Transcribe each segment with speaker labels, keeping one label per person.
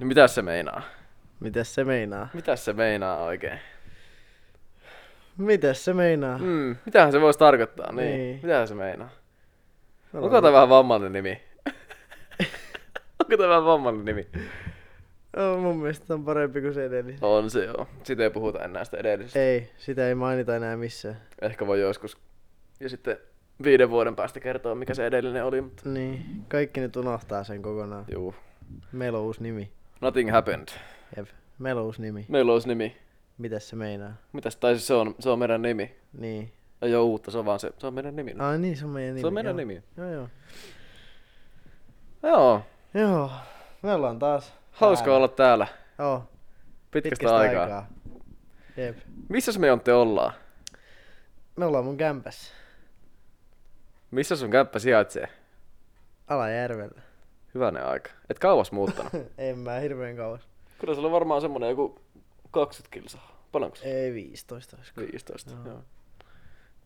Speaker 1: No mitä se meinaa?
Speaker 2: Mitäs se meinaa?
Speaker 1: Mitä se meinaa oikein?
Speaker 2: Mitäs se meinaa?
Speaker 1: Mm, mitähän se voisi tarkoittaa? Niin.
Speaker 2: Niin.
Speaker 1: niin. Mitähän se meinaa?
Speaker 2: No,
Speaker 1: Onko tämä vähän vammallinen nimi? Onko tämä vähän vammallinen nimi?
Speaker 2: no, mun mielestä tää on parempi kuin se edellinen.
Speaker 1: On se joo. Sitä ei puhuta enää sitä edellisestä.
Speaker 2: Ei, sitä ei mainita enää missään.
Speaker 1: Ehkä voi joskus. Ja sitten viiden vuoden päästä kertoa, mikä se edellinen oli. Mutta...
Speaker 2: Niin, kaikki nyt unohtaa sen kokonaan.
Speaker 1: Juu.
Speaker 2: Meillä on uusi nimi.
Speaker 1: Nothing happened.
Speaker 2: Jep. Meillä on uusi nimi.
Speaker 1: Meillä olisi nimi.
Speaker 2: Mitäs se meinaa?
Speaker 1: Mitäs? Tai siis se on, se on meidän nimi.
Speaker 2: Niin.
Speaker 1: Ei ole uutta, se on vaan se. Se on meidän nimi.
Speaker 2: Ai niin, se on meidän nimi.
Speaker 1: se on meidän
Speaker 2: joo.
Speaker 1: nimi.
Speaker 2: Joo, joo.
Speaker 1: Joo.
Speaker 2: Joo, me ollaan taas.
Speaker 1: Hauska
Speaker 2: täällä.
Speaker 1: olla täällä.
Speaker 2: Joo,
Speaker 1: Pitkästä, Pitkästä aikaa. aikaa.
Speaker 2: Jep.
Speaker 1: Missäs me Jontte ollaan?
Speaker 2: Me ollaan mun kämpässä.
Speaker 1: Missä sun kämppä sijaitsee?
Speaker 2: Alajärvellä.
Speaker 1: Hyvänen aika. Et kauas muuttanut.
Speaker 2: en mä hirveän kauas.
Speaker 1: Kyllä sulla on varmaan semmonen joku 20 kilsaa. Paljonko se?
Speaker 2: Ei 15 olisiko.
Speaker 1: 15.
Speaker 2: Joo. Tota-
Speaker 1: Joo. Joo.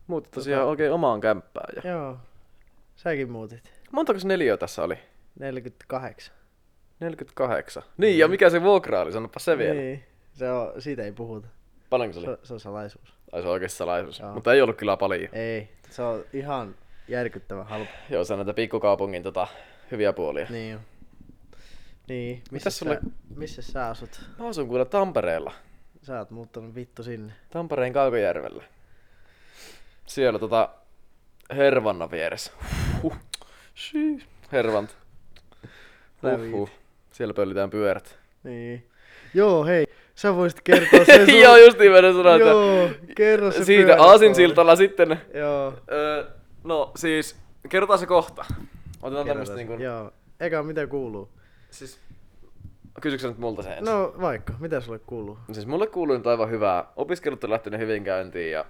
Speaker 1: Muutit tosiaan oikein omaan kämppään. Ja...
Speaker 2: Joo. Säkin muutit.
Speaker 1: Montako se neliö tässä oli?
Speaker 2: 48.
Speaker 1: 48. Niin, ja mikä se vuokra oli? Sanopa se vielä.
Speaker 2: Niin. Se on, siitä ei puhuta.
Speaker 1: Paljonko se
Speaker 2: Se,
Speaker 1: oli?
Speaker 2: se on salaisuus.
Speaker 1: Ai se on oikeassa salaisuus.
Speaker 2: Joo.
Speaker 1: Mutta ei ollut kyllä paljon.
Speaker 2: Ei. Se on ihan järkyttävän halpa.
Speaker 1: Joo, se on näitä pikkukaupungin tota, hyviä puolia.
Speaker 2: Niin jo. Niin. Missä
Speaker 1: Mitäs
Speaker 2: sä,
Speaker 1: sulle-
Speaker 2: missä sä asut?
Speaker 1: Mä asun kuule Tampereella.
Speaker 2: Sä oot muuttanut vittu sinne.
Speaker 1: Tampereen Kaukojärvellä. Siellä tota Hervanna vieressä. Huh. Shii. Hervant. Uhuh. Siellä pöllitään pyörät.
Speaker 2: Niin. Joo, hei. Sä voisit kertoa sen No sun...
Speaker 1: Joo, just niin menen sanoa, että
Speaker 2: Joo, kerro se
Speaker 1: siitä
Speaker 2: pyöräkoulu.
Speaker 1: aasinsiltalla sitten.
Speaker 2: Joo.
Speaker 1: Öö, no siis, kerrotaan se kohta. Otetaan tämmöstä niinku,
Speaker 2: Joo. Eka, mitä kuuluu?
Speaker 1: siis, kysyksä nyt multa se ensin?
Speaker 2: No vaikka, mitä sulle kuuluu?
Speaker 1: No Siis mulle kuuluu nyt aivan hyvää. Opiskelut on lähtenyt hyvin käyntiin ja,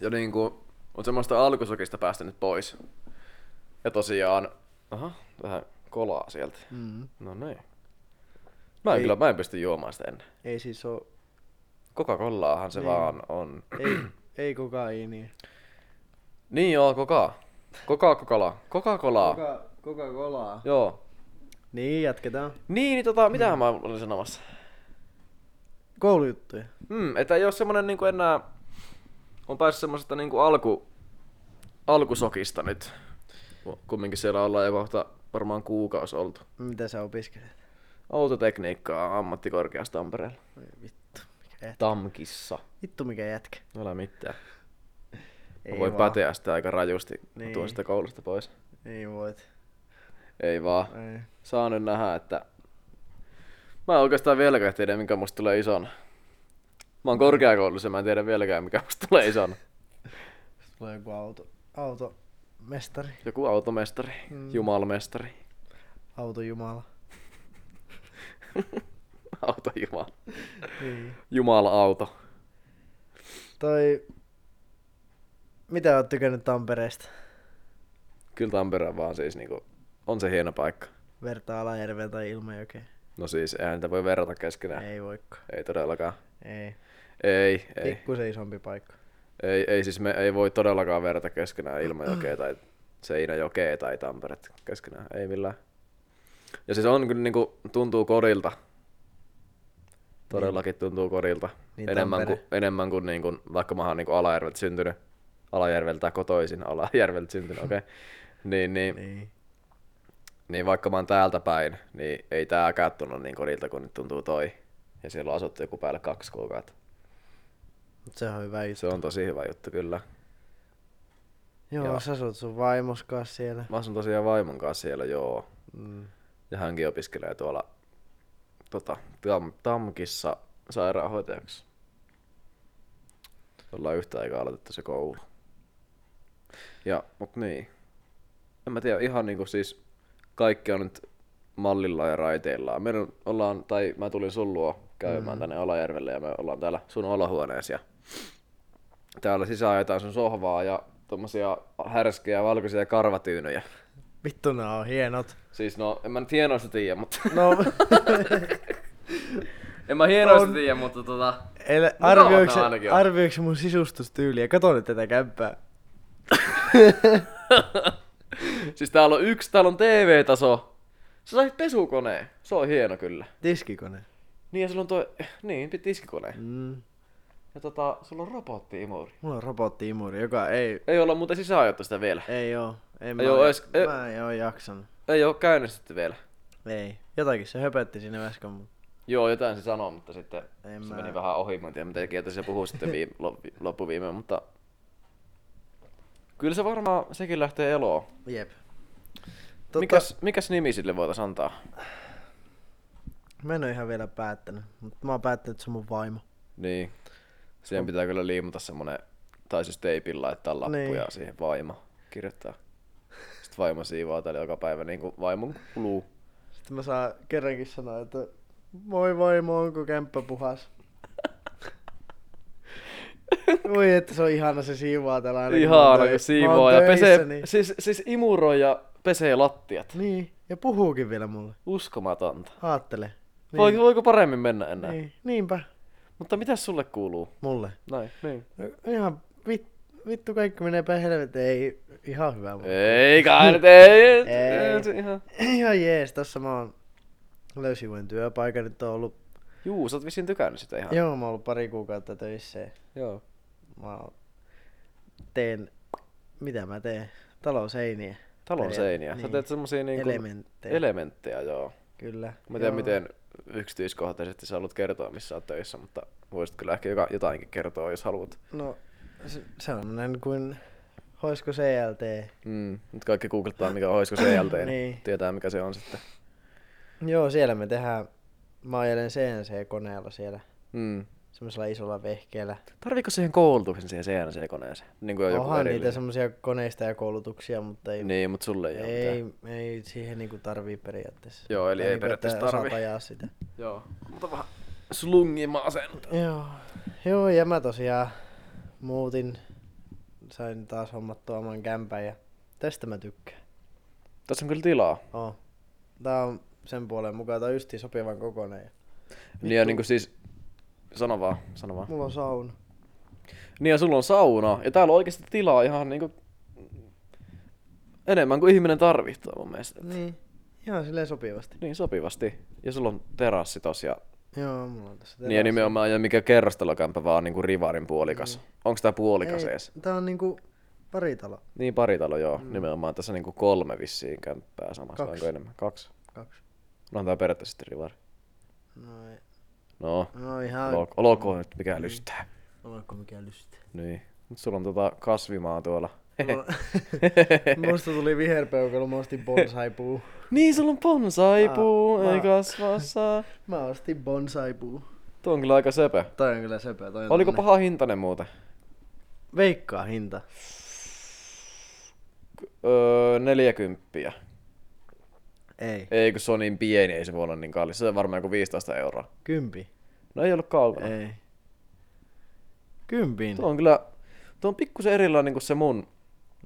Speaker 1: ja niinku, on semmoista alkusokista päästänyt pois. Ja tosiaan, aha, vähän kolaa sieltä.
Speaker 2: Mm.
Speaker 1: No niin. Mä en
Speaker 2: Ei.
Speaker 1: kyllä, mä en pysty juomaan sitä ennen.
Speaker 2: Ei siis oo,
Speaker 1: Coca-Colaahan se
Speaker 2: Niin.
Speaker 1: vaan on.
Speaker 2: ei, ei kokaiinia.
Speaker 1: Niin joo, kokaa. Coca-Cola. Coca-Colaa.
Speaker 2: Coca, Coca-Colaa.
Speaker 1: Joo.
Speaker 2: Niin, jatketaan.
Speaker 1: Niin, niin tota, mitähän mä olin sanomassa?
Speaker 2: Koulujuttuja.
Speaker 1: Mm, että ei ole semmonen niinku enää... On päässyt semmosesta niinku alku... Alkusokista nyt. Kumminkin siellä ollaan jo kohta varmaan kuukausi oltu.
Speaker 2: Mitä sä opiskelet?
Speaker 1: Autotekniikkaa ammattikorkeassa Tampereella.
Speaker 2: Oi vittu, mikä jätkä.
Speaker 1: Tamkissa.
Speaker 2: Vittu mikä jätkä.
Speaker 1: No Älä mitään. Ei
Speaker 2: Ei
Speaker 1: voi
Speaker 2: vaan.
Speaker 1: päteä sitä aika rajusti. Niin.
Speaker 2: Niin.
Speaker 1: Tuon sitä koulusta pois.
Speaker 2: Niin voit.
Speaker 1: Ei vaan.
Speaker 2: Ei.
Speaker 1: Saa nyt nähdä, että... Mä en oikeastaan vieläkään tiedä, mikä musta tulee isona. Mä oon korkeakoulussa, mä en tiedä vieläkään, mikä musta tulee isona.
Speaker 2: Sit tulee joku auto. Auto. Mestari.
Speaker 1: Joku automestari,
Speaker 2: Mm.
Speaker 1: jumalmestari,
Speaker 2: Autojumala.
Speaker 1: autojumala,
Speaker 2: Niin.
Speaker 1: jumala-auto.
Speaker 2: Toi... Mitä oot tykännyt Tampereesta?
Speaker 1: Kyllä Tampere vaan siis niinku, on se hieno paikka.
Speaker 2: Vertaa Alajärveä tai Ilmajokeen?
Speaker 1: No siis, eihän niitä voi verrata keskenään. Ei,
Speaker 2: Ei voikaan.
Speaker 1: ei todellakaan.
Speaker 2: Ei.
Speaker 1: Ei, ei,
Speaker 2: Pikkusen isompi paikka.
Speaker 1: ei, ei, siis me ei voi todellakaan verrata keskenään Ilmajokea tai Seinäjokea tai Tamperet keskenään, ei millään. Ja siis on kyllä niinku, tuntuu kodilta. Todellakin tuntuu kodilta.
Speaker 2: Niin
Speaker 1: Niin enemmän, kuin,
Speaker 2: Tampere.
Speaker 1: enemmän kuin, niin kuin, vaikka mä oon niin Alajärveltä syntynyt, Alajärveltä kotoisin, Alajärveltä syntynyt, okei. Okay. niin, niin, niin.
Speaker 2: Niin.
Speaker 1: niin, vaikka mä oon täältä päin, niin ei tääkään tunnu niin kodilta kuin nyt tuntuu toi. Ja siellä on asuttu joku päälle kaksi kuukautta.
Speaker 2: Mut se on hyvä juttu.
Speaker 1: Se on tosi hyvä juttu kyllä.
Speaker 2: Joo,
Speaker 1: Joo.
Speaker 2: sä asut sun vaimos kanssa siellä.
Speaker 1: Mä asun tosiaan vaimon kanssa siellä, joo.
Speaker 2: Mm.
Speaker 1: Ja hänkin opiskelee tuolla tota, tam, Tamkissa sairaanhoitajaksi. Ollaan yhtä aikaa aloitettu se koulu. Ja, mut niin. En mä tiedä, ihan niinku siis kaikki on nyt mallilla ja raiteillaan. Me ollaan, tai mä tulin sun luo käymään mm. tänne Alajärvelle ja me ollaan täällä sun olohuoneessa. Ja täällä sisään ajetaan sun sohvaa ja tommosia härskejä valkoisia karvatyynyjä.
Speaker 2: Vittu, ne on hienot.
Speaker 1: Siis no, en mä nyt hienoista tiedä, mutta...
Speaker 2: No,
Speaker 1: En mä hienoista
Speaker 2: On.
Speaker 1: tiedä, mutta tota...
Speaker 2: ele,
Speaker 1: Mukava
Speaker 2: arvioiksi,
Speaker 1: tää ainakin on.
Speaker 2: arvioiksi mun sisustustyyliä. Kato nyt tätä kämppää.
Speaker 1: Siis täällä on yksi, täällä on TV-taso, Sä sait pesukoneen. Se on hieno kyllä.
Speaker 2: Tiskikone.
Speaker 1: Niin ja sulla on toi, niin, tiskikone.
Speaker 2: Mm.
Speaker 1: Ja tota, sulla on robotti-imuri.
Speaker 2: Mulla on robottiimuri, joka ei...
Speaker 1: Ei olla muuten sisäänajattu sitä vielä.
Speaker 2: Ei oo. Ei, mä,
Speaker 1: oo edes- ei-
Speaker 2: mä en oo jaksanut.
Speaker 1: Ei ole käynnistetty vielä.
Speaker 2: Ei. Jotakin se höpötti sinne äsken, mut
Speaker 1: Joo, jotain se sanoo, mutta sitten
Speaker 2: En
Speaker 1: se
Speaker 2: mä-
Speaker 1: meni vähän ohi. Mä en tiedä, mitä kieltä se puhuu sitten viime, loppuviime, mutta... Kyllä se varmaan sekin lähtee eloon.
Speaker 2: jep.
Speaker 1: Tota... Mikäs, mikäs nimi sille voitaisiin antaa?
Speaker 2: Mä en oo ihan vielä päättänyt, mutta mä oon päättänyt, että se on mun vaimo.
Speaker 1: Niin. Siihen pitää kyllä liimata semmonen, tai siis teipillä laittaa lappuja
Speaker 2: Niin.
Speaker 1: niin. siihen vaima kirjoittaa. Sitten vaimo siivoaa täällä joka päivä niin kuin vaimon kuluu.
Speaker 2: Sitten mä saan kerrankin sanoa, että moi vaimo, onko kämppä puhas? Voi että se on ihana se siivoaa täällä aina. kun mä oon
Speaker 1: Ihana,
Speaker 2: töi- mä
Speaker 1: kun
Speaker 2: oon
Speaker 1: siivoaa ja
Speaker 2: töissä,
Speaker 1: pesee,
Speaker 2: Niin,
Speaker 1: niin. siis, siis imuroi ja pesee lattiat.
Speaker 2: niin, ja puhuukin vielä mulle.
Speaker 1: Uskomatonta.
Speaker 2: Haattele.
Speaker 1: Niin. Voiko, voiko paremmin mennä enää? Niin.
Speaker 2: niin, niinpä,
Speaker 1: Mutta mitäs sulle kuuluu?
Speaker 2: mulle.
Speaker 1: Näin, niin.
Speaker 2: No, Ihan vit, vittu kaikki menee päin helveteen, ei ihan hyvä mulle.
Speaker 1: Ei kai nyt, ei, ei,
Speaker 2: Ei.
Speaker 1: ei. se ihan.
Speaker 2: Ihan jees, tossa mä oon löysin uuden työpaikan, nyt on ollut,
Speaker 1: Juu, sä oot vissiin tykännyt sitä ihan.
Speaker 2: joo mä oon ollut pari kuukautta töissä ja
Speaker 1: Joo.
Speaker 2: mä oon- teen, mitä mä teen, talousheiniä,
Speaker 1: Talon
Speaker 2: Ele-
Speaker 1: seiniä. Sä
Speaker 2: niin.
Speaker 1: teet semmosia niinku
Speaker 2: elementtejä,
Speaker 1: elementtejä, joo.
Speaker 2: kyllä.
Speaker 1: Mä en tiedä,
Speaker 2: Joo.
Speaker 1: miten yksityiskohtaisesti sä haluat kertoa, missä oot töissä, mutta voisit kyllä ehkä joka- jotainkin kertoa, jos haluat.
Speaker 2: No, se, se on näin kuin, hoisko CLT.
Speaker 1: Mm. Nyt kaikki googlettaa, mikä on Hoisko CLT, niin,
Speaker 2: Niin.
Speaker 1: niin tietää, mikä se on sitten.
Speaker 2: Joo, siellä me tehdään, mä ajelen CNC-koneella siellä,
Speaker 1: Mm.
Speaker 2: semmoisella isolla vehkeellä.
Speaker 1: Tarviiko siihen koulutuksen siihen CNC-koneeseen? Niin kuin on joku
Speaker 2: Onhan niitä
Speaker 1: erillinen.
Speaker 2: semmoisia koneista ja koulutuksia, mutta ei,
Speaker 1: Niin, mutta sulle ei, ole
Speaker 2: ei,
Speaker 1: mitään.
Speaker 2: ei siihen niinku tarvii periaatteessa.
Speaker 1: Joo, eli
Speaker 2: Tai
Speaker 1: ei
Speaker 2: niinku, että
Speaker 1: periaatteessa tarvii.
Speaker 2: osaat ajaa sitä.
Speaker 1: Joo. Mutta vähän slungimaisen.
Speaker 2: Joo. Joo, ja mä tosiaan muutin, sain taas hommattua oman kämpän ja tästä mä tykkään.
Speaker 1: Tässä on kyllä tilaa.
Speaker 2: Oo. Tää on sen puolen mukaan, tää on justiin sopivan kokoinen. ja
Speaker 1: Niin ja niin kuin siis... Sano vaan, sano vaan.
Speaker 2: Mulla on sauna.
Speaker 1: Niin ja sulla on sauna, ja täällä on oikeasti tilaa ihan niinku... Enemmän kuin ihminen tarvitsee mun mielestä.
Speaker 2: Niin. Ihan silleen sopivasti.
Speaker 1: Niin sopivasti. Ja sulla on terassi tosiaan.
Speaker 2: Joo, mulla on tässä
Speaker 1: Niin ja nimenomaan, ja mikä kerrostalokämpä vaan on niinku rivarin puolikas. Mm. Onko tää puolikas
Speaker 2: Ei,
Speaker 1: Ei. ees?
Speaker 2: Tää on niinku paritalo.
Speaker 1: Niin paritalo joo, mm. nimenomaan. Tässä on niinku kolme vissiin kämppää samassa,
Speaker 2: Kaksi.
Speaker 1: vai onko enemmän? Kaksi.
Speaker 2: Kaksi.
Speaker 1: No on tää periaatteessa rivari.
Speaker 2: No, ei-
Speaker 1: No,
Speaker 2: no ihan...
Speaker 1: olko- olkoon nyt mikä lystää.
Speaker 2: Oliko mikä lystä?
Speaker 1: Niin. Nyt sulla on tota kasvimaa tuolla.
Speaker 2: Mulla- No, Musta tuli viherpeukalo, mä ostin bonsaipuu.
Speaker 1: niin, sulla on bonsaipuu,
Speaker 2: Ah,
Speaker 1: ei
Speaker 2: mä-
Speaker 1: kasva saa.
Speaker 2: Mä ostin bonsaipuu.
Speaker 1: Tuo on kyllä aika sepä.
Speaker 2: Toi on kyllä söpö. Toi on
Speaker 1: Oliko
Speaker 2: tommonen-
Speaker 1: paha hintainen muuten?
Speaker 2: Veikkaa hinta.
Speaker 1: Öö, 40.
Speaker 2: Ei.
Speaker 1: Ei, kun se on niin pieni, ei se voi olla niin kallis. Se on varmaan joku 15 euroa.
Speaker 2: Kympi.
Speaker 1: No ei niin. ollut kaukana.
Speaker 2: Ei. Kympin.
Speaker 1: Tuo on kyllä, tuo on pikkusen erilainen kuin se mun,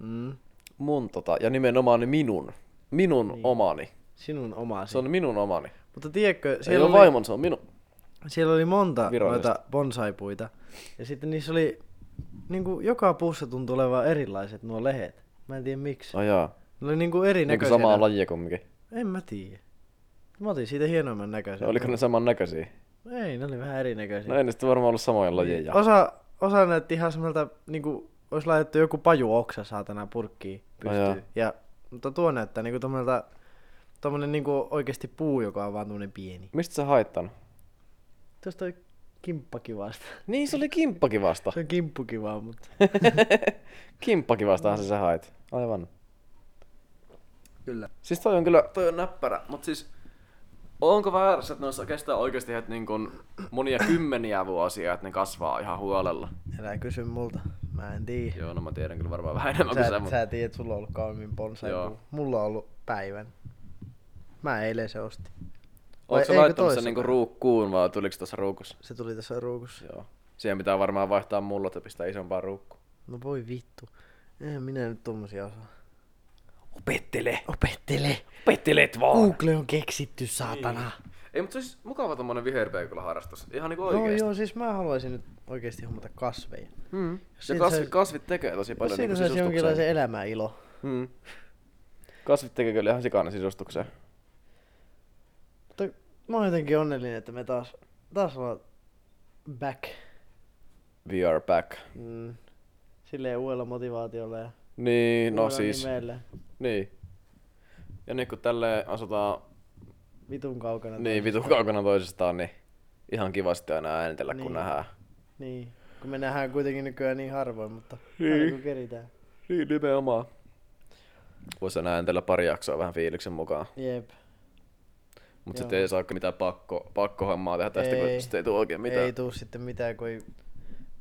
Speaker 2: Mm.
Speaker 1: mun tota, ja nimenomaan minun. Minun niin. omani.
Speaker 2: Sinun omasi.
Speaker 1: Se on minun omani.
Speaker 2: Mutta tiedätkö,
Speaker 1: Se ei
Speaker 2: siellä
Speaker 1: ole
Speaker 2: oli,
Speaker 1: vaimon, se on minun.
Speaker 2: siellä oli monta
Speaker 1: Virallista.
Speaker 2: noita bonsaipuita. Ja sitten niissä oli, niinku joka puussa tuntui olevan erilaiset nuo lehet. Mä en tiedä miksi.
Speaker 1: Ai jaa.
Speaker 2: Ne oli niinku
Speaker 1: Niin kuin
Speaker 2: erinäköisiä.
Speaker 1: samaa lajia kumminkin.
Speaker 2: En mä tiedä. Mä otin siitä hienomman näköisen.
Speaker 1: No, oliko ne saman näköisiä?
Speaker 2: Ei, ne oli vähän erinäköisiä.
Speaker 1: No ei ne sitten varmaan ollut samoja lajeja.
Speaker 2: Osa, osa näytti ihan semmoilta, niinku, olisi laitettu joku pajuoksa saatana purkkiin pystyyn.
Speaker 1: jaa.
Speaker 2: ja, mutta tuo näyttää niinku tommelta, tommonen niinku oikeesti puu, joka on vaan tommonen pieni.
Speaker 1: Mistä sä haittanut?
Speaker 2: Tuosta on kimppakivasta.
Speaker 1: Niin, se oli kimppakivasta.
Speaker 2: Se on kimppukivaa, mutta
Speaker 1: Kimppakivastahan sä sä hait. Aivan.
Speaker 2: kyllä.
Speaker 1: Siis toi on kyllä, toi on näppärä, mut siis onko väärässä, että noissa kestää oikeasti että niin kun monia kymmeniä vuosia, että ne kasvaa ihan huolella?
Speaker 2: Älä kysy multa, mä en tiedä.
Speaker 1: Joo, no mä tiedän kyllä varmaan vähän enemmän kuin sä,
Speaker 2: Sä,
Speaker 1: mut...
Speaker 2: sä tiedät, sulla on ollut kauemmin bonsai.
Speaker 1: Joo.
Speaker 2: puu. Mulla on ollut päivän. Mä eilen se ostin. vai
Speaker 1: Oletko sä
Speaker 2: eikö
Speaker 1: laittanut sen
Speaker 2: toisessa?
Speaker 1: niinku ruukkuun vai tuliko se tuossa ruukussa?
Speaker 2: Se tuli tässä ruukussa.
Speaker 1: Joo. Siihen pitää varmaan vaihtaa mullot ja pistää isompaa ruukkuun.
Speaker 2: No voi vittu. En minä nyt tommosia osaa.
Speaker 1: Opettele!
Speaker 2: Opettele!
Speaker 1: Opettelet
Speaker 2: Google on keksitty, saatana.
Speaker 1: Ei, mutta siis mukava tommonen viherpeikulaharrastus. Ihan niinku
Speaker 2: No
Speaker 1: oikeesti.
Speaker 2: joo, siis mä haluaisin nyt oikeesti hommata kasveja.
Speaker 1: Mm. Ja
Speaker 2: Siitä
Speaker 1: kasvit,
Speaker 2: saisi-
Speaker 1: kasvit tekee tosi
Speaker 2: Jos
Speaker 1: paljon
Speaker 2: siitä
Speaker 1: niinku
Speaker 2: saisi
Speaker 1: sisustukseen.
Speaker 2: jonkinlaisen elämän ilo.
Speaker 1: Mm. Kasvit tekee kyllä ihan sikana sisustukseen.
Speaker 2: Mä oon jotenkin onnellinen, että me taas, taas ollaan back.
Speaker 1: We are back.
Speaker 2: Mm. Silleen uudella motivaatiolla ja
Speaker 1: Niin, no
Speaker 2: uudella
Speaker 1: siis.
Speaker 2: nimellä.
Speaker 1: Niin. Ja nyt kun tälleen asutaan
Speaker 2: Vitun kaukana.
Speaker 1: niin
Speaker 2: toisistaan.
Speaker 1: vitun kaukana toisistaan, niin ihan kiva sitten aina äänitellä,
Speaker 2: Niin.
Speaker 1: kun nähdään.
Speaker 2: Niin. Kun me nähdään kuitenkin nykyään niin harvoin, mutta
Speaker 1: Niin.
Speaker 2: aina kun keritään.
Speaker 1: Niin, nimenomaan. Voisi aina äänitellä pari jaksoa vähän fiiliksen mukaan.
Speaker 2: Jep.
Speaker 1: Mutta
Speaker 2: Joo.
Speaker 1: sitten ei saa mitään pakko, pakkohommaa tehdä tästä,
Speaker 2: Ei.
Speaker 1: kun sitten ei tule oikein mitään.
Speaker 2: Ei tuu sitten mitään, kun ei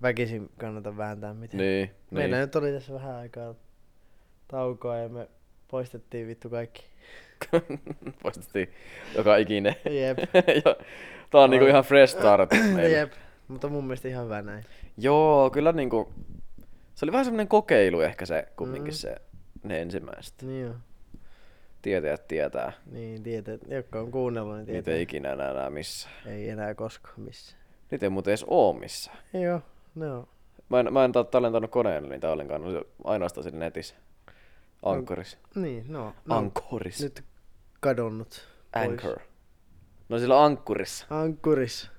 Speaker 2: väkisin kannata vääntää mitään.
Speaker 1: Niin,
Speaker 2: Meillä
Speaker 1: niin.
Speaker 2: nyt oli tässä vähän aikaa taukoa ja me poistettiin vittu kaikki.
Speaker 1: Poistettiin joka ikinen.
Speaker 2: Jep.
Speaker 1: Ja Tää on niinku ihan fresh start meillä.
Speaker 2: Jep. Mutta mun mielestä ihan hyvä näin.
Speaker 1: Joo, kyllä niinku... Se oli vähän semmonen kokeilu ehkä se kumminkin
Speaker 2: Mm.
Speaker 1: se ne ensimmäiset.
Speaker 2: Niin joo.
Speaker 1: Tietäjät tietää,
Speaker 2: Niin tietää, jotka on kuunnellut, niin
Speaker 1: niitä
Speaker 2: tietää.
Speaker 1: ei ikinä enää, enää missään.
Speaker 2: Ei enää koskaan missään.
Speaker 1: Niitä ei muuten edes oo missään.
Speaker 2: Ei joo, no.
Speaker 1: Mä en, mä en ta- tallentanut koneelle niitä ollenkaan, ne oli ainoastaan siinä netissä. Ankoris.
Speaker 2: Niin, no. no
Speaker 1: Ankoris.
Speaker 2: Nyt kadonnut. pois.
Speaker 1: Anchor. No sillä ankkurissa.
Speaker 2: Ankkuris.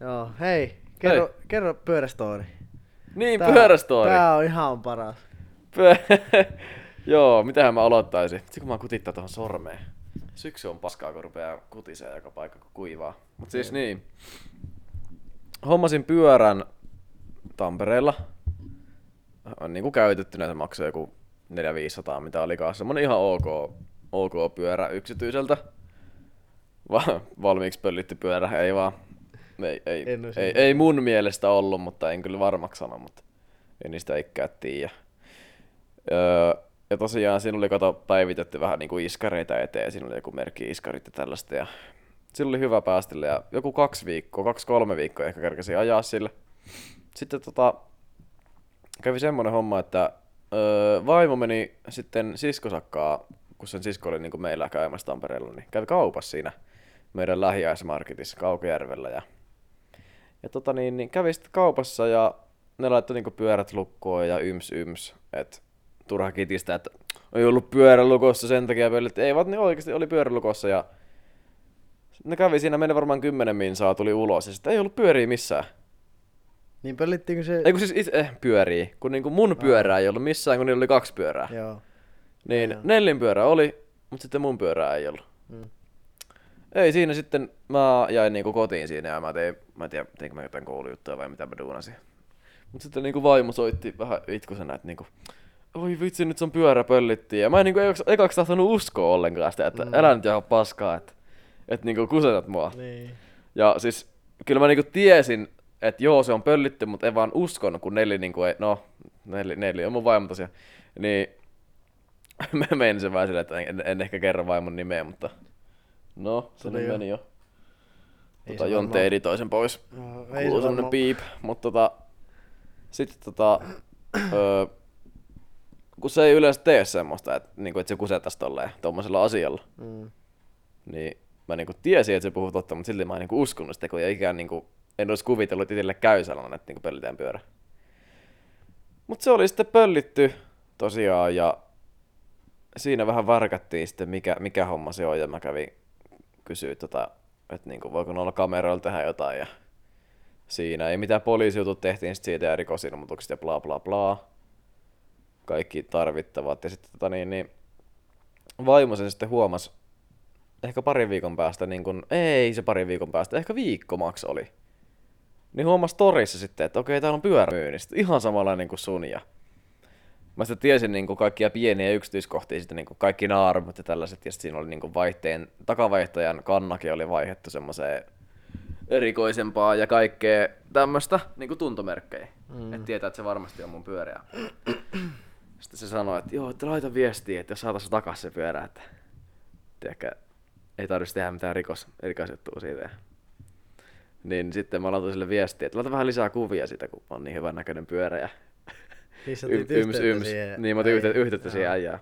Speaker 2: Joo, hei. Kerro, hei. kerro pyörästori.
Speaker 1: Niin, pyörästori.
Speaker 2: Tää on ihan paras.
Speaker 1: Pö- Joo, mitähän mä aloittaisin? Sitten kun mä kutittaa tuohon sormeen. Syksy on paskaa, kun rupeaa kutisee joka paikka, kun kuivaa. Mut siis niin. Hommasin pyörän Tampereella. On niinku käytettynä, se maksoi joku 400-500, mitä olikaan. Semmonen ihan ok, ok pyörä yksityiseltä. Va- valmiiksi pöllitty pyörä, ei vaan. Ei, ei,
Speaker 2: En ois
Speaker 1: ei, ei, mun mielestä ollut, mutta en kyllä varmaksi sano, mutta en niistä ikää tiedä. Öö, ja tosiaan siinä oli kato päivitetty vähän niinku iskareita eteen, siinä oli joku merkki iskarit ja tällaista. Ja sillä oli hyvä päästellä ja joku kaksi viikkoa, kaksi kolme viikkoa ehkä kerkesi ajaa sillä. Sitten tota, kävi semmonen homma, että öö, vaimo meni sitten siskosakkaa, kun sen sisko oli niinku meillä käymässä Tampereella, niin kävi kaupassa siinä meidän lähiäismarketissa Kaukojärvellä. Ja, ja tota niin, niin kävi sitten kaupassa ja ne laittoi niinku pyörät lukkoon ja yms yms, että turha kitistä, että ei ollut pyörälukossa sen takia pölyt. että Ei, vaan ne oikeasti oli pyörälukossa ja ne kävi siinä, meni varmaan kymmenen minsaa, tuli ulos ja sitten ei ollut pyöriä missään.
Speaker 2: Niin pöllittiinkö se?
Speaker 1: Ei kun siis itse eh, pyöriä, kun niinku mun pyörää ei ollut missään, kun niillä oli kaksi pyörää.
Speaker 2: Joo.
Speaker 1: Niin Nellin pyörä oli, mutta sitten mun pyörää ei ollut.
Speaker 2: Mm.
Speaker 1: Ei siinä sitten, mä jäin niinku kotiin siinä ja mä tein, mä en tiedä, teinkö mä jotain koulujuttuja vai mitä mä duunasin. Mut sitten niinku vaimo soitti vähän itkusena, että niinku, oi vitsi nyt sun pyörä pöllittiin. Ja mä en niinku ekaksi, ekaksi tahtonut uskoa ollenkaan sitä, että mm. älä nyt jaha paskaa, että, että niinku kusetat mua.
Speaker 2: Niin.
Speaker 1: Ja siis kyllä mä niinku tiesin, että joo se on pöllitty, mutta en vaan uskonut, kun Nelli niinku ei, no Nelli, Nelli on mun vaimo tosiaan. Niin mä menin sen vähän silleen, että en, en ehkä kerro vaimon nimeä, mutta no se
Speaker 2: Tuli
Speaker 1: nyt
Speaker 2: jo.
Speaker 1: meni jo.
Speaker 2: Ei
Speaker 1: Tota,
Speaker 2: se
Speaker 1: Jonte
Speaker 2: varmaan-
Speaker 1: editoi sen pois.
Speaker 2: No, ei
Speaker 1: Kuuluu
Speaker 2: se
Speaker 1: semmonen
Speaker 2: varmaan...
Speaker 1: piip, mutta tota, sitten tota, öö, kun se ei yleensä tee semmoista, että, niinku, että se kusetas tolleen tommosella asialla
Speaker 2: Mm.
Speaker 1: niin mä niinku tiesin, että se puhuu totta, mutta silti mä en niinku uskonut sitä, kun ei ikään niinku, en olisi kuvitellut, että itselle käy sellainen, että niinku pöllitään pyörä. Mutta se oli sitten pöllitty tosiaan ja siinä vähän varkattiin sitten, mikä, mikä homma se on ja mä kävin kysyä tota, että niinku, voiko noilla kameroilla tehdä jotain ja siinä ei mitään poliisijutut tehtiin sit siitä ja rikosilmoitukset ja bla bla bla. Kaikki tarvittavat ja sitten tota niin, niin vaimo sen sitten huomasi ehkä parin viikon päästä, niin kun, ei se parin viikon päästä, ehkä viikko maks oli. Niin huomasi torissa sitten, että okei, täällä on pyörämyynnistä. Ihan samanlainen kuin sun ja. Mä sitten tiesin niin kuin kaikkia pieniä yksityiskohtia, sitten niin kuin kaikki naarmut ja tällaiset. Ja sitten siinä oli niin kuin vaihteen, takavaihtajan kannakin oli vaihdettu semmoiseen erikoisempaa ja kaikkea tämmöistä niin kuin tuntomerkkejä. Mm. Että tietää, että se varmasti on mun pyöreä. sitten se sanoi, että joo, että laita viestiä, että jos saataisiin takas se pyörä, että tiedäkö, ei tarvitsisi tehdä mitään rikos, rikosjuttua siitä. Niin sitten mä laitoin sille viestiä, että laita vähän lisää kuvia siitä, kun on niin hyvän näköinen pyörä ja
Speaker 2: Siis sä
Speaker 1: Ym-
Speaker 2: otit
Speaker 1: yms,
Speaker 2: yhteyttä
Speaker 1: yms.
Speaker 2: siihen
Speaker 1: Niin, mä otin
Speaker 2: äijään.
Speaker 1: yhteyttä, yhteyttä siihen
Speaker 2: Joo.
Speaker 1: äijään.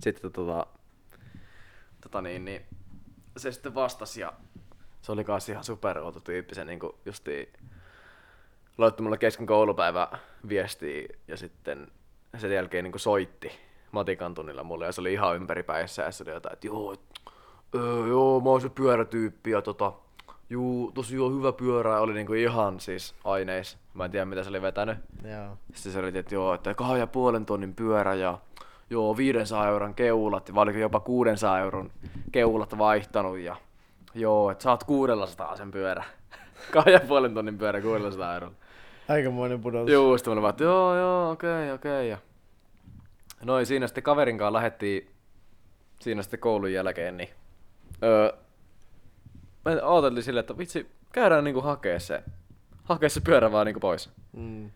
Speaker 1: Sitten tota, tota niin, niin, se sitten vastasi ja se oli kanssa ihan superouto tyyppi. Se niinku justiin laittoi mulle kesken koulupäivä viestiä ja sitten sen jälkeen niinku soitti matikan tunnilla mulle ja se oli ihan ympäripäissä ja se oli jotain, että joo, et öö, joo, mä oon se pyörätyyppi ja tota, juu, tosi joo, hyvä pyörä oli niinku ihan siis aineis. Mä en tiedä mitä se oli vetänyt.
Speaker 2: Joo.
Speaker 1: Sitten se oli, että joo, että kahden ja puolen tonnin pyörä ja joo, 500 euron keulat, vai oliko jopa 600 euron keulat vaihtanut ja joo, että saat 600 sen pyörä. Kahden ja puolen tonnin pyörä 600 eurolla.
Speaker 2: Aikamoinen pudotus.
Speaker 1: Joo, sitten mä olin vaan, että joo, joo, okei, okei. Ja... Noin, siinä sitten kaverin kanssa lähettiin siinä sitten koulun jälkeen, niin öö, mä ajattelin silleen, että vitsi, käydään niinku hakee se, hakee se pyörä vaan niinku pois.
Speaker 2: Mm.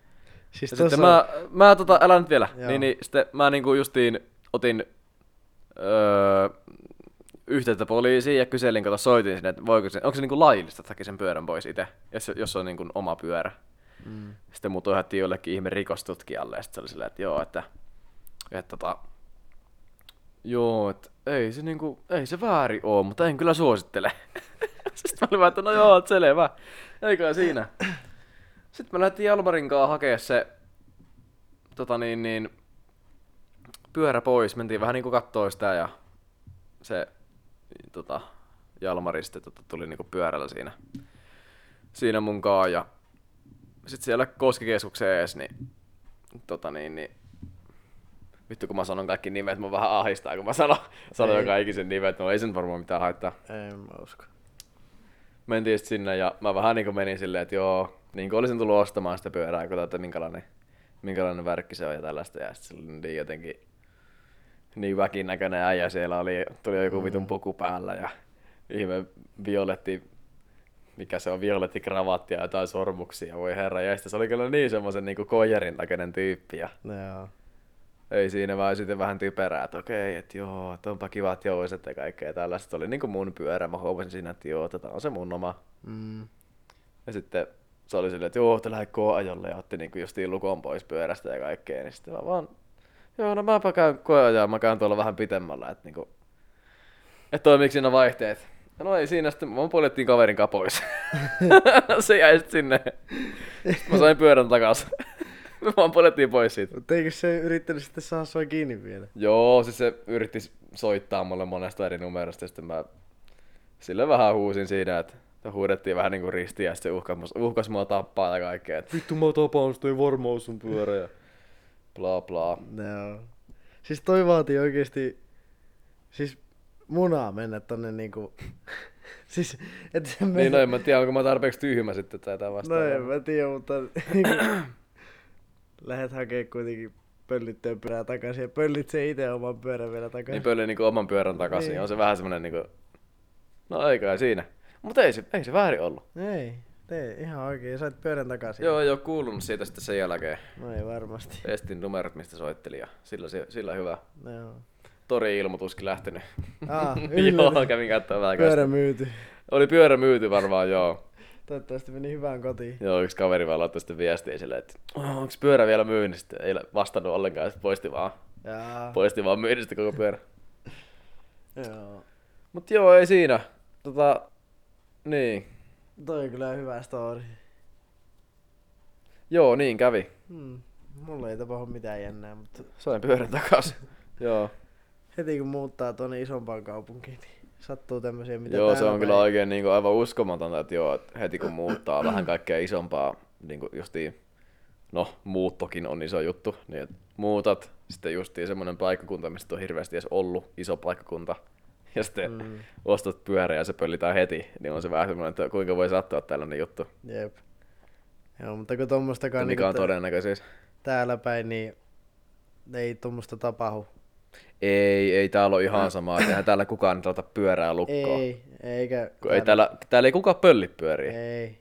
Speaker 2: Siis
Speaker 1: Ja
Speaker 2: tossa...
Speaker 1: sitten mä, mä tota, älä nyt vielä,
Speaker 2: Joo.
Speaker 1: niin, niin sitten mä niinku justiin otin öö, yhteyttä poliisiin ja kyselin, kato soitin sinne, että voiko se, onko se niinku laillista, että hakee sen pyörän pois itse, jos, jos se on niinku oma pyörä.
Speaker 2: Mm.
Speaker 1: Sitten mut ohjattiin jollekin ihme rikostutkijalle ja sitten se oli silleen, että joo, että, että tota, joo, että ei se niinku, ei se väärin oo, mutta en kyllä suosittele. sitten mä olin vaan, että no joo, että selvä, eikä siinä. Sitten me lähdettiin Jalmarin kanssa hakea se tota niin, niin, pyörä pois, mentiin vähän niinku kattoo sitä ja se tota, Jalmari sitten tota, tuli niinku pyörällä siinä, siinä mun kaa ja sitten siellä Koskikeskuksen ees, niin, tota niin, niin vittu kun mä sanon kaikki nimet, mä vähän ahistaa, kun mä sanon, sanon
Speaker 2: Ei.
Speaker 1: joka ikisen nimet, no ei sen varmaan mitään haittaa
Speaker 2: En mä usko.
Speaker 1: mentiin sit sinne ja mä vähän niinku menin silleen, että joo, niinku olisin tullut ostamaan sitä pyörää, kun että minkälainen, minkälainen värkki se on ja tällaista. Ja sitten se oli niin jotenkin niin väkinnäköinen äijä siellä oli, tuli joku vitun puku päällä ja ihme violetti, mikä se on, violetti kravatti ja jotain sormuksia, voi herra jäistä. Se oli kyllä niin semmoisen niinku koijarin näköinen tyyppi ja
Speaker 2: No joo.
Speaker 1: ei siinä vaan sitten vähän typerää, että okei, että joo, että onpa kivat jouiset ja kaikkea tällaista. Se oli niinku mun pyörä, mä huomasin siinä, että joo, tätä on se mun oma.
Speaker 2: Mm.
Speaker 1: Ja sitten se oli silleen, että joo, te lähde koeajolle ja otti niinku justiin lukon pois pyörästä ja kaikkea. Niin sitten mä vaan, joo, no mäpä käyn koeajaa, mä käyn tuolla vähän pitemmällä, että niinku, että toimiiko siinä vaihteet. Ja No ei siinä, sitten mä poljettiin kaverin kanssa pois. se jäi sit sinne. Sitten mä sain pyörän takas. me vaan poljettiin pois siitä.
Speaker 2: Mutta eikö se yrittänyt sitten saada sua kiinni vielä?
Speaker 1: Joo, siis se yritti soittaa mulle monesta eri numerosta, ja sitten mä sille vähän huusin siinä, että että huudettiin vähän niinku ristiä, ja sitten se uhkas, uhkas mua tappaa ja kaikkea, että vittu mä tapaan, sit ei varmaan oo sun pyörä, ja bla bla.
Speaker 2: No joo. Siis toi vaatii oikeesti... Siis munaa mennä tonne niinku... siis, et sä
Speaker 1: Niin,
Speaker 2: menet-
Speaker 1: no en mä tiedä, onko mä tarpeeksi tyhmä sitten tai jotain
Speaker 2: No en
Speaker 1: vastaavaa.
Speaker 2: mä tiedä, mutta niinku, lähet hakee kuitenkin pöllittyä pyörää takaisin ja pöllit se itse oman pyörän vielä
Speaker 1: Niin
Speaker 2: takaisin.
Speaker 1: pöli niinku oman pyörän takaisin,
Speaker 2: Niin.
Speaker 1: on se vähän semmonen niinku, no ei kai siinä. Mutta ei se, ei se väärin ollut.
Speaker 2: ei, ei, ihan oikein, sait pyörän takaisin.
Speaker 1: Joo, ei oo kuulunut siitä sitten sen jälkeen.
Speaker 2: No ei varmasti.
Speaker 1: Estin numerot, mistä soittelin, ja sillä, se- sillä hyvä.
Speaker 2: No joo.
Speaker 1: tori-ilmoituskin lähtenyt.
Speaker 2: Aa,
Speaker 1: joo,
Speaker 2: yllätys.
Speaker 1: kävin katsomaan vähän kanssa.
Speaker 2: Pyörä myyty.
Speaker 1: Oli pyörä myyty varmaan, joo.
Speaker 2: Toivottavasti meni hyvään kotiin.
Speaker 1: Joo, yksi kaveri vaan laittoi sitten viestiä silleen, että onko pyörä vielä myynnissä? Ei vastannut ollenkaan, sitten poisti vaan,
Speaker 2: Jaa.
Speaker 1: poisti vaan myynnistä koko pyörä.
Speaker 2: Joo.
Speaker 1: Mut joo, ei siinä. Tota, niin.
Speaker 2: Toi on kyllä hyvä story.
Speaker 1: Joo, niin kävi.
Speaker 2: Hmm. Mulla ei tapahdu mitään jännää, mutta
Speaker 1: Sain pyörän takas. joo,
Speaker 2: heti kun muuttaa tuonne isompaan kaupunkiin, niin sattuu tämmöisiä, mitä
Speaker 1: joo se
Speaker 2: täällä
Speaker 1: on kyllä
Speaker 2: päin-
Speaker 1: oikein niin kuin, aivan uskomatonta, että joo, että heti kun muuttaa vähän kaikkea isompaa, niin kuin justiin, no muuttokin on iso juttu, niin että muutat, sitten justiin semmoinen paikkakunta, mistä on hirveästi edes ollut, iso paikkakunta, ja sitten
Speaker 2: Mm.
Speaker 1: ostat pyörä ja se pöllitään heti, niin on se vähän semmoinen, että kuinka voi sattua tällainen juttu,
Speaker 2: Jep. Joo, mutta kun
Speaker 1: ja
Speaker 2: tommostakaan
Speaker 1: mikä on
Speaker 2: niinku tä-
Speaker 1: todennäköisyys.
Speaker 2: täällä päin, niin ei tommosta tapahdu.
Speaker 1: Ei, ei täällä ole ihan samaa, että eihän täällä kukaan nyt laita pyörää lukkoon. Ei,
Speaker 2: Ei, eikä.
Speaker 1: ei täällä, täällä ei kukaan pölli pyöriä.
Speaker 2: ei.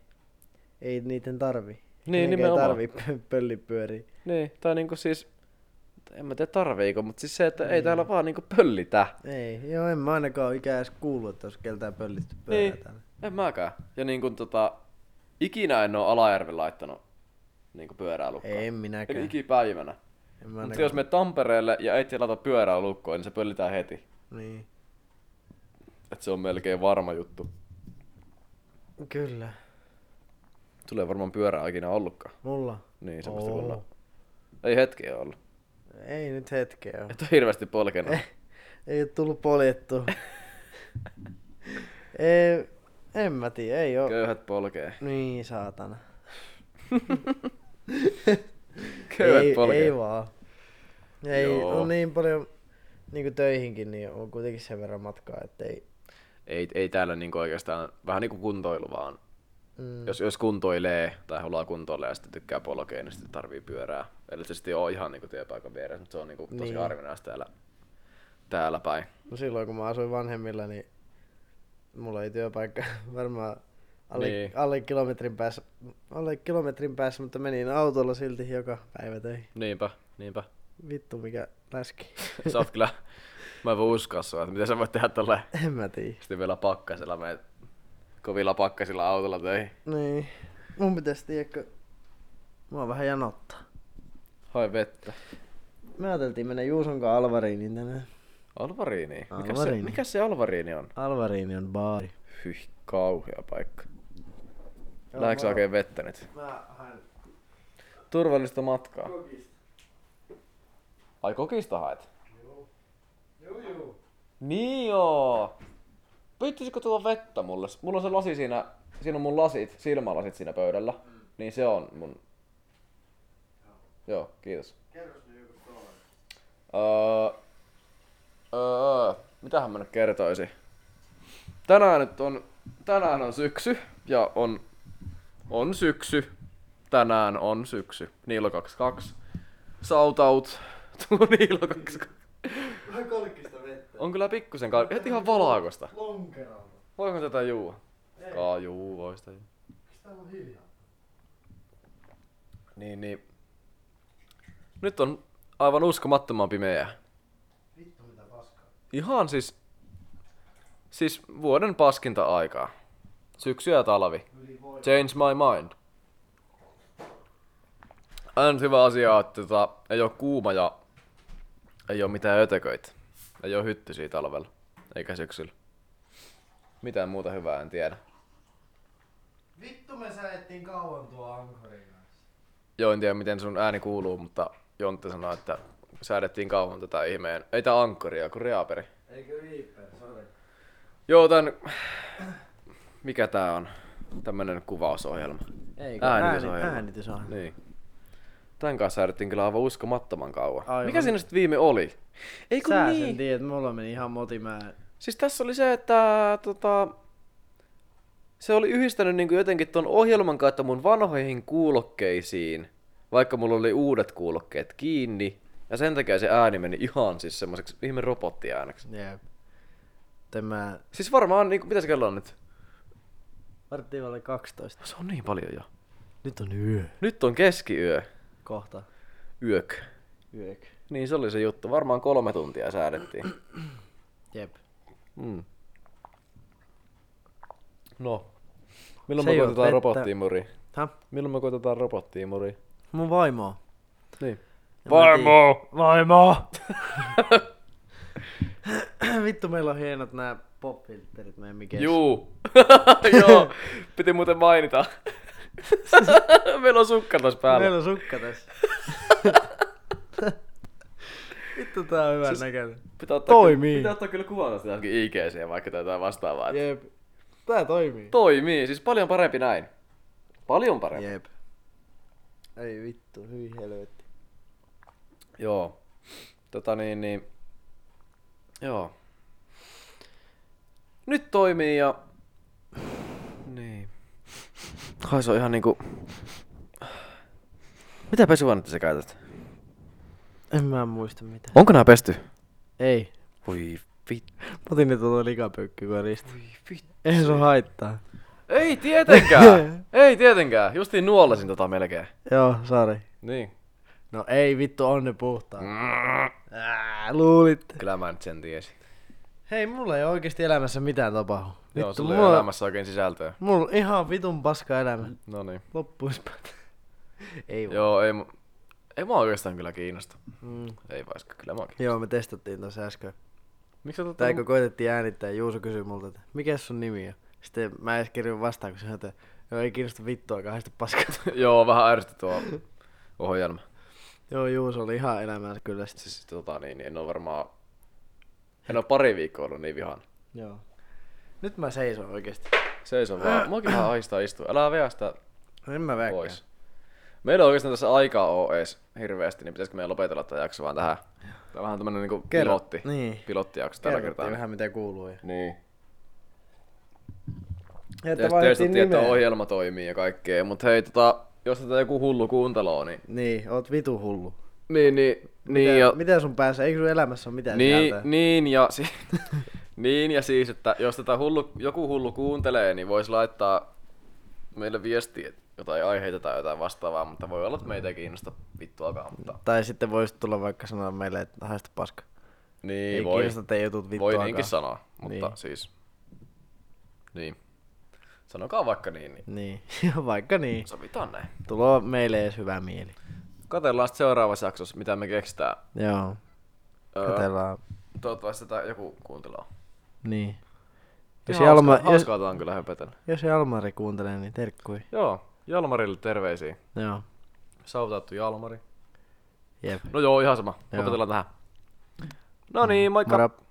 Speaker 2: Ei niiden tarvi.
Speaker 1: Niin,
Speaker 2: Niinkö
Speaker 1: nimenomaan.
Speaker 2: ei tarvi pöllipyöri.
Speaker 1: Niin, tai niinku siis, en mä tiedä tarviiko, mutta siis se, että ei
Speaker 2: Niin.
Speaker 1: täällä vaan niinku pöllitä.
Speaker 2: Ei, joo, en mä ainakaan oo ikään edes kuullut, että olisi keltään pöllitty pyörää
Speaker 1: Niin.
Speaker 2: täällä.
Speaker 1: En mäkään. Ja niinku tota, ikinä en oo Alajärven laittanut niinku pyörää lukkoon.
Speaker 2: Ei, en
Speaker 1: Eli
Speaker 2: minäkään.
Speaker 1: ikipäivänä.
Speaker 2: En mä
Speaker 1: Mutta
Speaker 2: ainakaan.
Speaker 1: jos me Tampereelle ja et siellä laita pyörää lukkoon, niin se pöllitään heti.
Speaker 2: Niin.
Speaker 1: Et se on melkein varma juttu.
Speaker 2: Kyllä.
Speaker 1: Tulee varmaan pyörää ikinä ollutkaan.
Speaker 2: Mulla.
Speaker 1: Niin, semmoista
Speaker 2: Oo.
Speaker 1: kuin on. Ei hetkeä ollut.
Speaker 2: Ei nyt hetkeä oo.
Speaker 1: Et ole hirveästi polkenut.
Speaker 2: Eh. Ei oo tullut poljettua. Ei, en mä tiedä, ei oo.
Speaker 1: Köyhät polkee.
Speaker 2: Niin, saatana.
Speaker 1: Köyhät
Speaker 2: ei,
Speaker 1: polkee.
Speaker 2: ei vaan. Ei,
Speaker 1: Joo.
Speaker 2: on niin paljon, niinku töihinkin, niin on kuitenkin sen verran matkaa, ettei...
Speaker 1: ei, ei täällä niinku oikeastaan, vähän niinku kuntoilu vaan.
Speaker 2: Mm,
Speaker 1: Jos, jos kuntoilee tai haluaa kuntoilla ja sitten tykkää polkea, niin sitten tarvii pyörää. Eli se sitten on ihan niinku työpaikan vieressä, mutta se on niinku tosi
Speaker 2: Niin.
Speaker 1: niin. harvinaista täällä, täällä päin.
Speaker 2: no silloin kun mä asuin vanhemmilla, niin mulla ei työpaikka varmaan alle,
Speaker 1: Niin.
Speaker 2: alle, kilometrin päässä, alle kilometrin päässä, mutta menin autolla silti joka päivä töihin.
Speaker 1: Niinpä, niinpä.
Speaker 2: Vittu mikä läski.
Speaker 1: Sä oot kyllä, mä en voi uskoa sua, että miten sä voit tehdä tällä
Speaker 2: en mä tiedä.
Speaker 1: sitten vielä pakkasella meet kovilla pakkasilla autolla töihin.
Speaker 2: Niin. Mun pitäisi tiedäkö, mua vähän janottaa.
Speaker 1: Hoi vettä.
Speaker 2: Me ajateltiin mennä Juuson kanssa Alvariinin tänään.
Speaker 1: Alvariini. Mikä se,
Speaker 2: Alvariini.
Speaker 1: mikä se Alvariini on?
Speaker 2: Alvariini on baari.
Speaker 1: Hyh, kauhea paikka.
Speaker 2: Joo,
Speaker 1: Lähdekö sä
Speaker 2: mä-
Speaker 1: oikein vettä nyt?
Speaker 2: Mä haen
Speaker 1: Turvallista matkaa.
Speaker 2: kokista.
Speaker 1: Ai kokista haet?
Speaker 2: Juu, juu.
Speaker 1: Niin joo. Pyyttäisikö tulla vettä mulle? Mulla on se lasi siinä, siinä on mun lasit, silmälasit siinä pöydällä. Mm. Niin se on mun... Joo, joo kiitos.
Speaker 2: Kerros nyt joku toinen.
Speaker 1: Öö, öö, mitähän mä nyt kertoisin? Tänään nyt on, tänään on syksy ja on, on syksy. Tänään on syksy. Niilo 22. Shout out. Tuo Niilo 22.
Speaker 2: Vähän kolkista vettä.
Speaker 1: On kyllä pikkusen kai, heti ihan valaakosta.
Speaker 2: Lonkeralta.
Speaker 1: Voiko tätä juua? Kaa juu, voi sitä.
Speaker 2: Täällä on hiljaa.
Speaker 1: Niin, niin. Nyt on aivan uskomattoman pimeää.
Speaker 2: Vittu mitä paskaa.
Speaker 1: Ihan siis, siis vuoden paskinta aikaa. Syksy ja talvi.
Speaker 2: Yli voi.
Speaker 1: Change my mind. Aina nyt hyvä asia, että tota, ei ole kuuma ja ei ole mitään ötököitä. Ei ole hyttysiä talvella, eikä syksyllä. Mitään muuta hyvää en tiedä.
Speaker 2: Vittu me säettiin kauan tuo ankorin kanssa.
Speaker 1: Joo, en tiedä miten sun ääni kuuluu, mutta Jontti sanoi, että säädettiin kauan tätä ihmeen. Ei tää ankkoria, kun reaperi.
Speaker 2: Eikö Reaper, sori.
Speaker 1: Joo, tän... Mikä tää on? Tämmönen kuvausohjelma.
Speaker 2: Eikö?
Speaker 1: Äänitysohjelma.
Speaker 2: äänitysohjelma.
Speaker 1: Niin. Tän kanssa säädettiin kyllä aivan uskomattoman kauan.
Speaker 2: Aivan.
Speaker 1: Aivan. Mikä siinä sitten viime oli? Ei kun
Speaker 2: Sä
Speaker 1: niin.
Speaker 2: sen tiedät, mulla meni ihan motimään.
Speaker 1: Siis tässä oli se, että tota, se oli yhdistänyt niin jotenkin ton ohjelman kautta mun vanhoihin kuulokkeisiin, vaikka mulla oli uudet kuulokkeet kiinni. Ja sen takia se ääni meni ihan siis semmoiseksi ihme robottiääneksi.
Speaker 2: Jep. Tämä
Speaker 1: Siis varmaan, niin kuin, mitä se kello on nyt?
Speaker 2: varttiin vaille 12.
Speaker 1: No se on niin paljon jo.
Speaker 2: Nyt on yö.
Speaker 1: Nyt on keskiyö.
Speaker 2: Kohta.
Speaker 1: Yök.
Speaker 2: Yök.
Speaker 1: Niin se oli se juttu. Varmaan kolme tuntia säädettiin.
Speaker 2: Jep.
Speaker 1: Mm. No. Milloin
Speaker 2: Se ei
Speaker 1: me
Speaker 2: oo
Speaker 1: koitetaan
Speaker 2: vettä.
Speaker 1: robottiimuri?
Speaker 2: Häh?
Speaker 1: Milloin me koitetaan robottiimuri?
Speaker 2: Mun vaimoa.
Speaker 1: Niin.
Speaker 2: Ja mä
Speaker 1: Vaimo!
Speaker 2: Vaimo! Vittu, meillä on hienot nämä pop-filterit meidän mikessä.
Speaker 1: Juu. Joo. Piti muuten mainita. Meillä on sukka tässä päällä.
Speaker 2: Meillä on sukka tässä. Vittu, tää on hyvän siis... näköinen.
Speaker 1: Pitää ottaa,
Speaker 2: Toimii.
Speaker 1: Kyllä, pitää ottaa kyllä kuva tästä johonkin IGC vaikka tai jotain vastaavaa. Yeah.
Speaker 2: Jep. Tää toimii.
Speaker 1: Toimii. Siis paljon parempi näin. Paljon parempi.
Speaker 2: Jep. Ei vittu, hyi helvetti.
Speaker 1: Joo. Tota niin, niin... Joo. Nyt toimii ja... Niin. Kai se on ihan niinku... Mitä pesuainetta sä käytät?
Speaker 2: En mä muista mitä.
Speaker 1: Onko nää pesty?
Speaker 2: Ei.
Speaker 1: Voi vittu.
Speaker 2: Mä otin ne tuota likapökkykorista. Ei se haittaa.
Speaker 1: Ei tietenkään! Ei tietenkään! Justiin nuolesin tota melkein.
Speaker 2: Joo, sori.
Speaker 1: Niin.
Speaker 2: No ei vittu, on ne puhtaa.
Speaker 1: Mm.
Speaker 2: Ää, luulit.
Speaker 1: Kyllä mä nyt sen tiesin.
Speaker 2: Hei, mulla ei oikeesti elämässä mitään tapahdu.
Speaker 1: Joo,
Speaker 2: Vittu,
Speaker 1: sulla ei
Speaker 2: mulla,
Speaker 1: ole elämässä oikein sisältöä.
Speaker 2: mulla ihan vitun paska elämä.
Speaker 1: No niin.
Speaker 2: Loppuispäät. ei Joo.
Speaker 1: Joo, ei mu... Ei mua oikeastaan kyllä kiinnosta.
Speaker 2: Mm.
Speaker 1: Ei vaiska, kyllä mua kiinnostaa.
Speaker 2: Joo, me testattiin tuossa äsken.
Speaker 1: Miksi sä
Speaker 2: Tai kun koitettiin äänittää, Juuso kysyi multa, että mikä sun nimi on? Sitten mä edes kirjoin vastaan, kun sanoin, että joo, ei kiinnosta vittua, kahdesta paskaa.
Speaker 1: Joo, vähän ärsytti tuo ohjelma.
Speaker 2: joo, Juuso oli ihan elämänsä kyllä sit.
Speaker 1: Siis tota niin, niin en oo varmaan... En oo pari viikkoa ollut niin vihan.
Speaker 2: Joo. Nyt mä seison oikeesti.
Speaker 1: Seiso vaan. Muakin vähän aistaa istua. Älä vea sitä
Speaker 2: No En mä väkkää.
Speaker 1: pois. Meillä ei oikeastaan tässä aikaa oo ees hirveästi, niin pitäisikö meidän lopetella tämä jakso vaan tähän? Tämä on vähän tämmönen niinku pilotti.
Speaker 2: Niin.
Speaker 1: Pilottijakso tällä kertaa.
Speaker 2: Kerrottiin vähän mitä kuuluu. Ja
Speaker 1: Niin.
Speaker 2: että
Speaker 1: Tietysti testattiin,
Speaker 2: vaihdettiin
Speaker 1: että
Speaker 2: nimeä.
Speaker 1: ohjelma toimii ja kaikkea, mutta hei tota, jos tätä joku hullu kuunteloo, niin...
Speaker 2: Niin, oot vitu hullu.
Speaker 1: Niin, niin, niin
Speaker 2: Mitä,
Speaker 1: ja...
Speaker 2: mitä sun päässä? Eikö sun elämässä ole mitään
Speaker 1: Niin,
Speaker 2: sisältöä?
Speaker 1: niin, ja si- niin ja siis, että jos tätä hullu, joku hullu kuuntelee, niin voisi laittaa meille viestiä jotain aiheita tai jotain vastaavaa, mutta voi olla, että meitä ei kiinnosta vittuakaan, mutta
Speaker 2: Tai sitten voisit tulla vaikka sanoa meille, että haista paska.
Speaker 1: niin
Speaker 2: Ei,
Speaker 1: voi,
Speaker 2: kiinnosta teidän jutut vittu
Speaker 1: voi niinkin sanoa, mutta
Speaker 2: Niin.
Speaker 1: siis, niin, sanokaa vaikka niin, niin
Speaker 2: Niin, vaikka niin.
Speaker 1: sovitaan näin.
Speaker 2: Tuloa meille edes hyvä mieli.
Speaker 1: Katellaan sitten seuraavassa jaksossa, mitä me keksitään.
Speaker 2: Joo,
Speaker 1: Öö,
Speaker 2: katsellaan.
Speaker 1: toivottavasti tätä joku kuuntelee.
Speaker 2: Niin. Jos,
Speaker 1: Ihan
Speaker 2: Jalma,
Speaker 1: hauskaa,
Speaker 2: jos,
Speaker 1: hauskaa tää on kyllä höpötellä.
Speaker 2: jos Jalmari kuuntelee, niin terkkui.
Speaker 1: Joo, Jalmarille terveisiä.
Speaker 2: Joo,
Speaker 1: Sautattu Jalmari.
Speaker 2: jep.
Speaker 1: No joo, ihan sama.
Speaker 2: Joo.
Speaker 1: Lopetellaan tähän. No niin, moikka.
Speaker 2: Moro.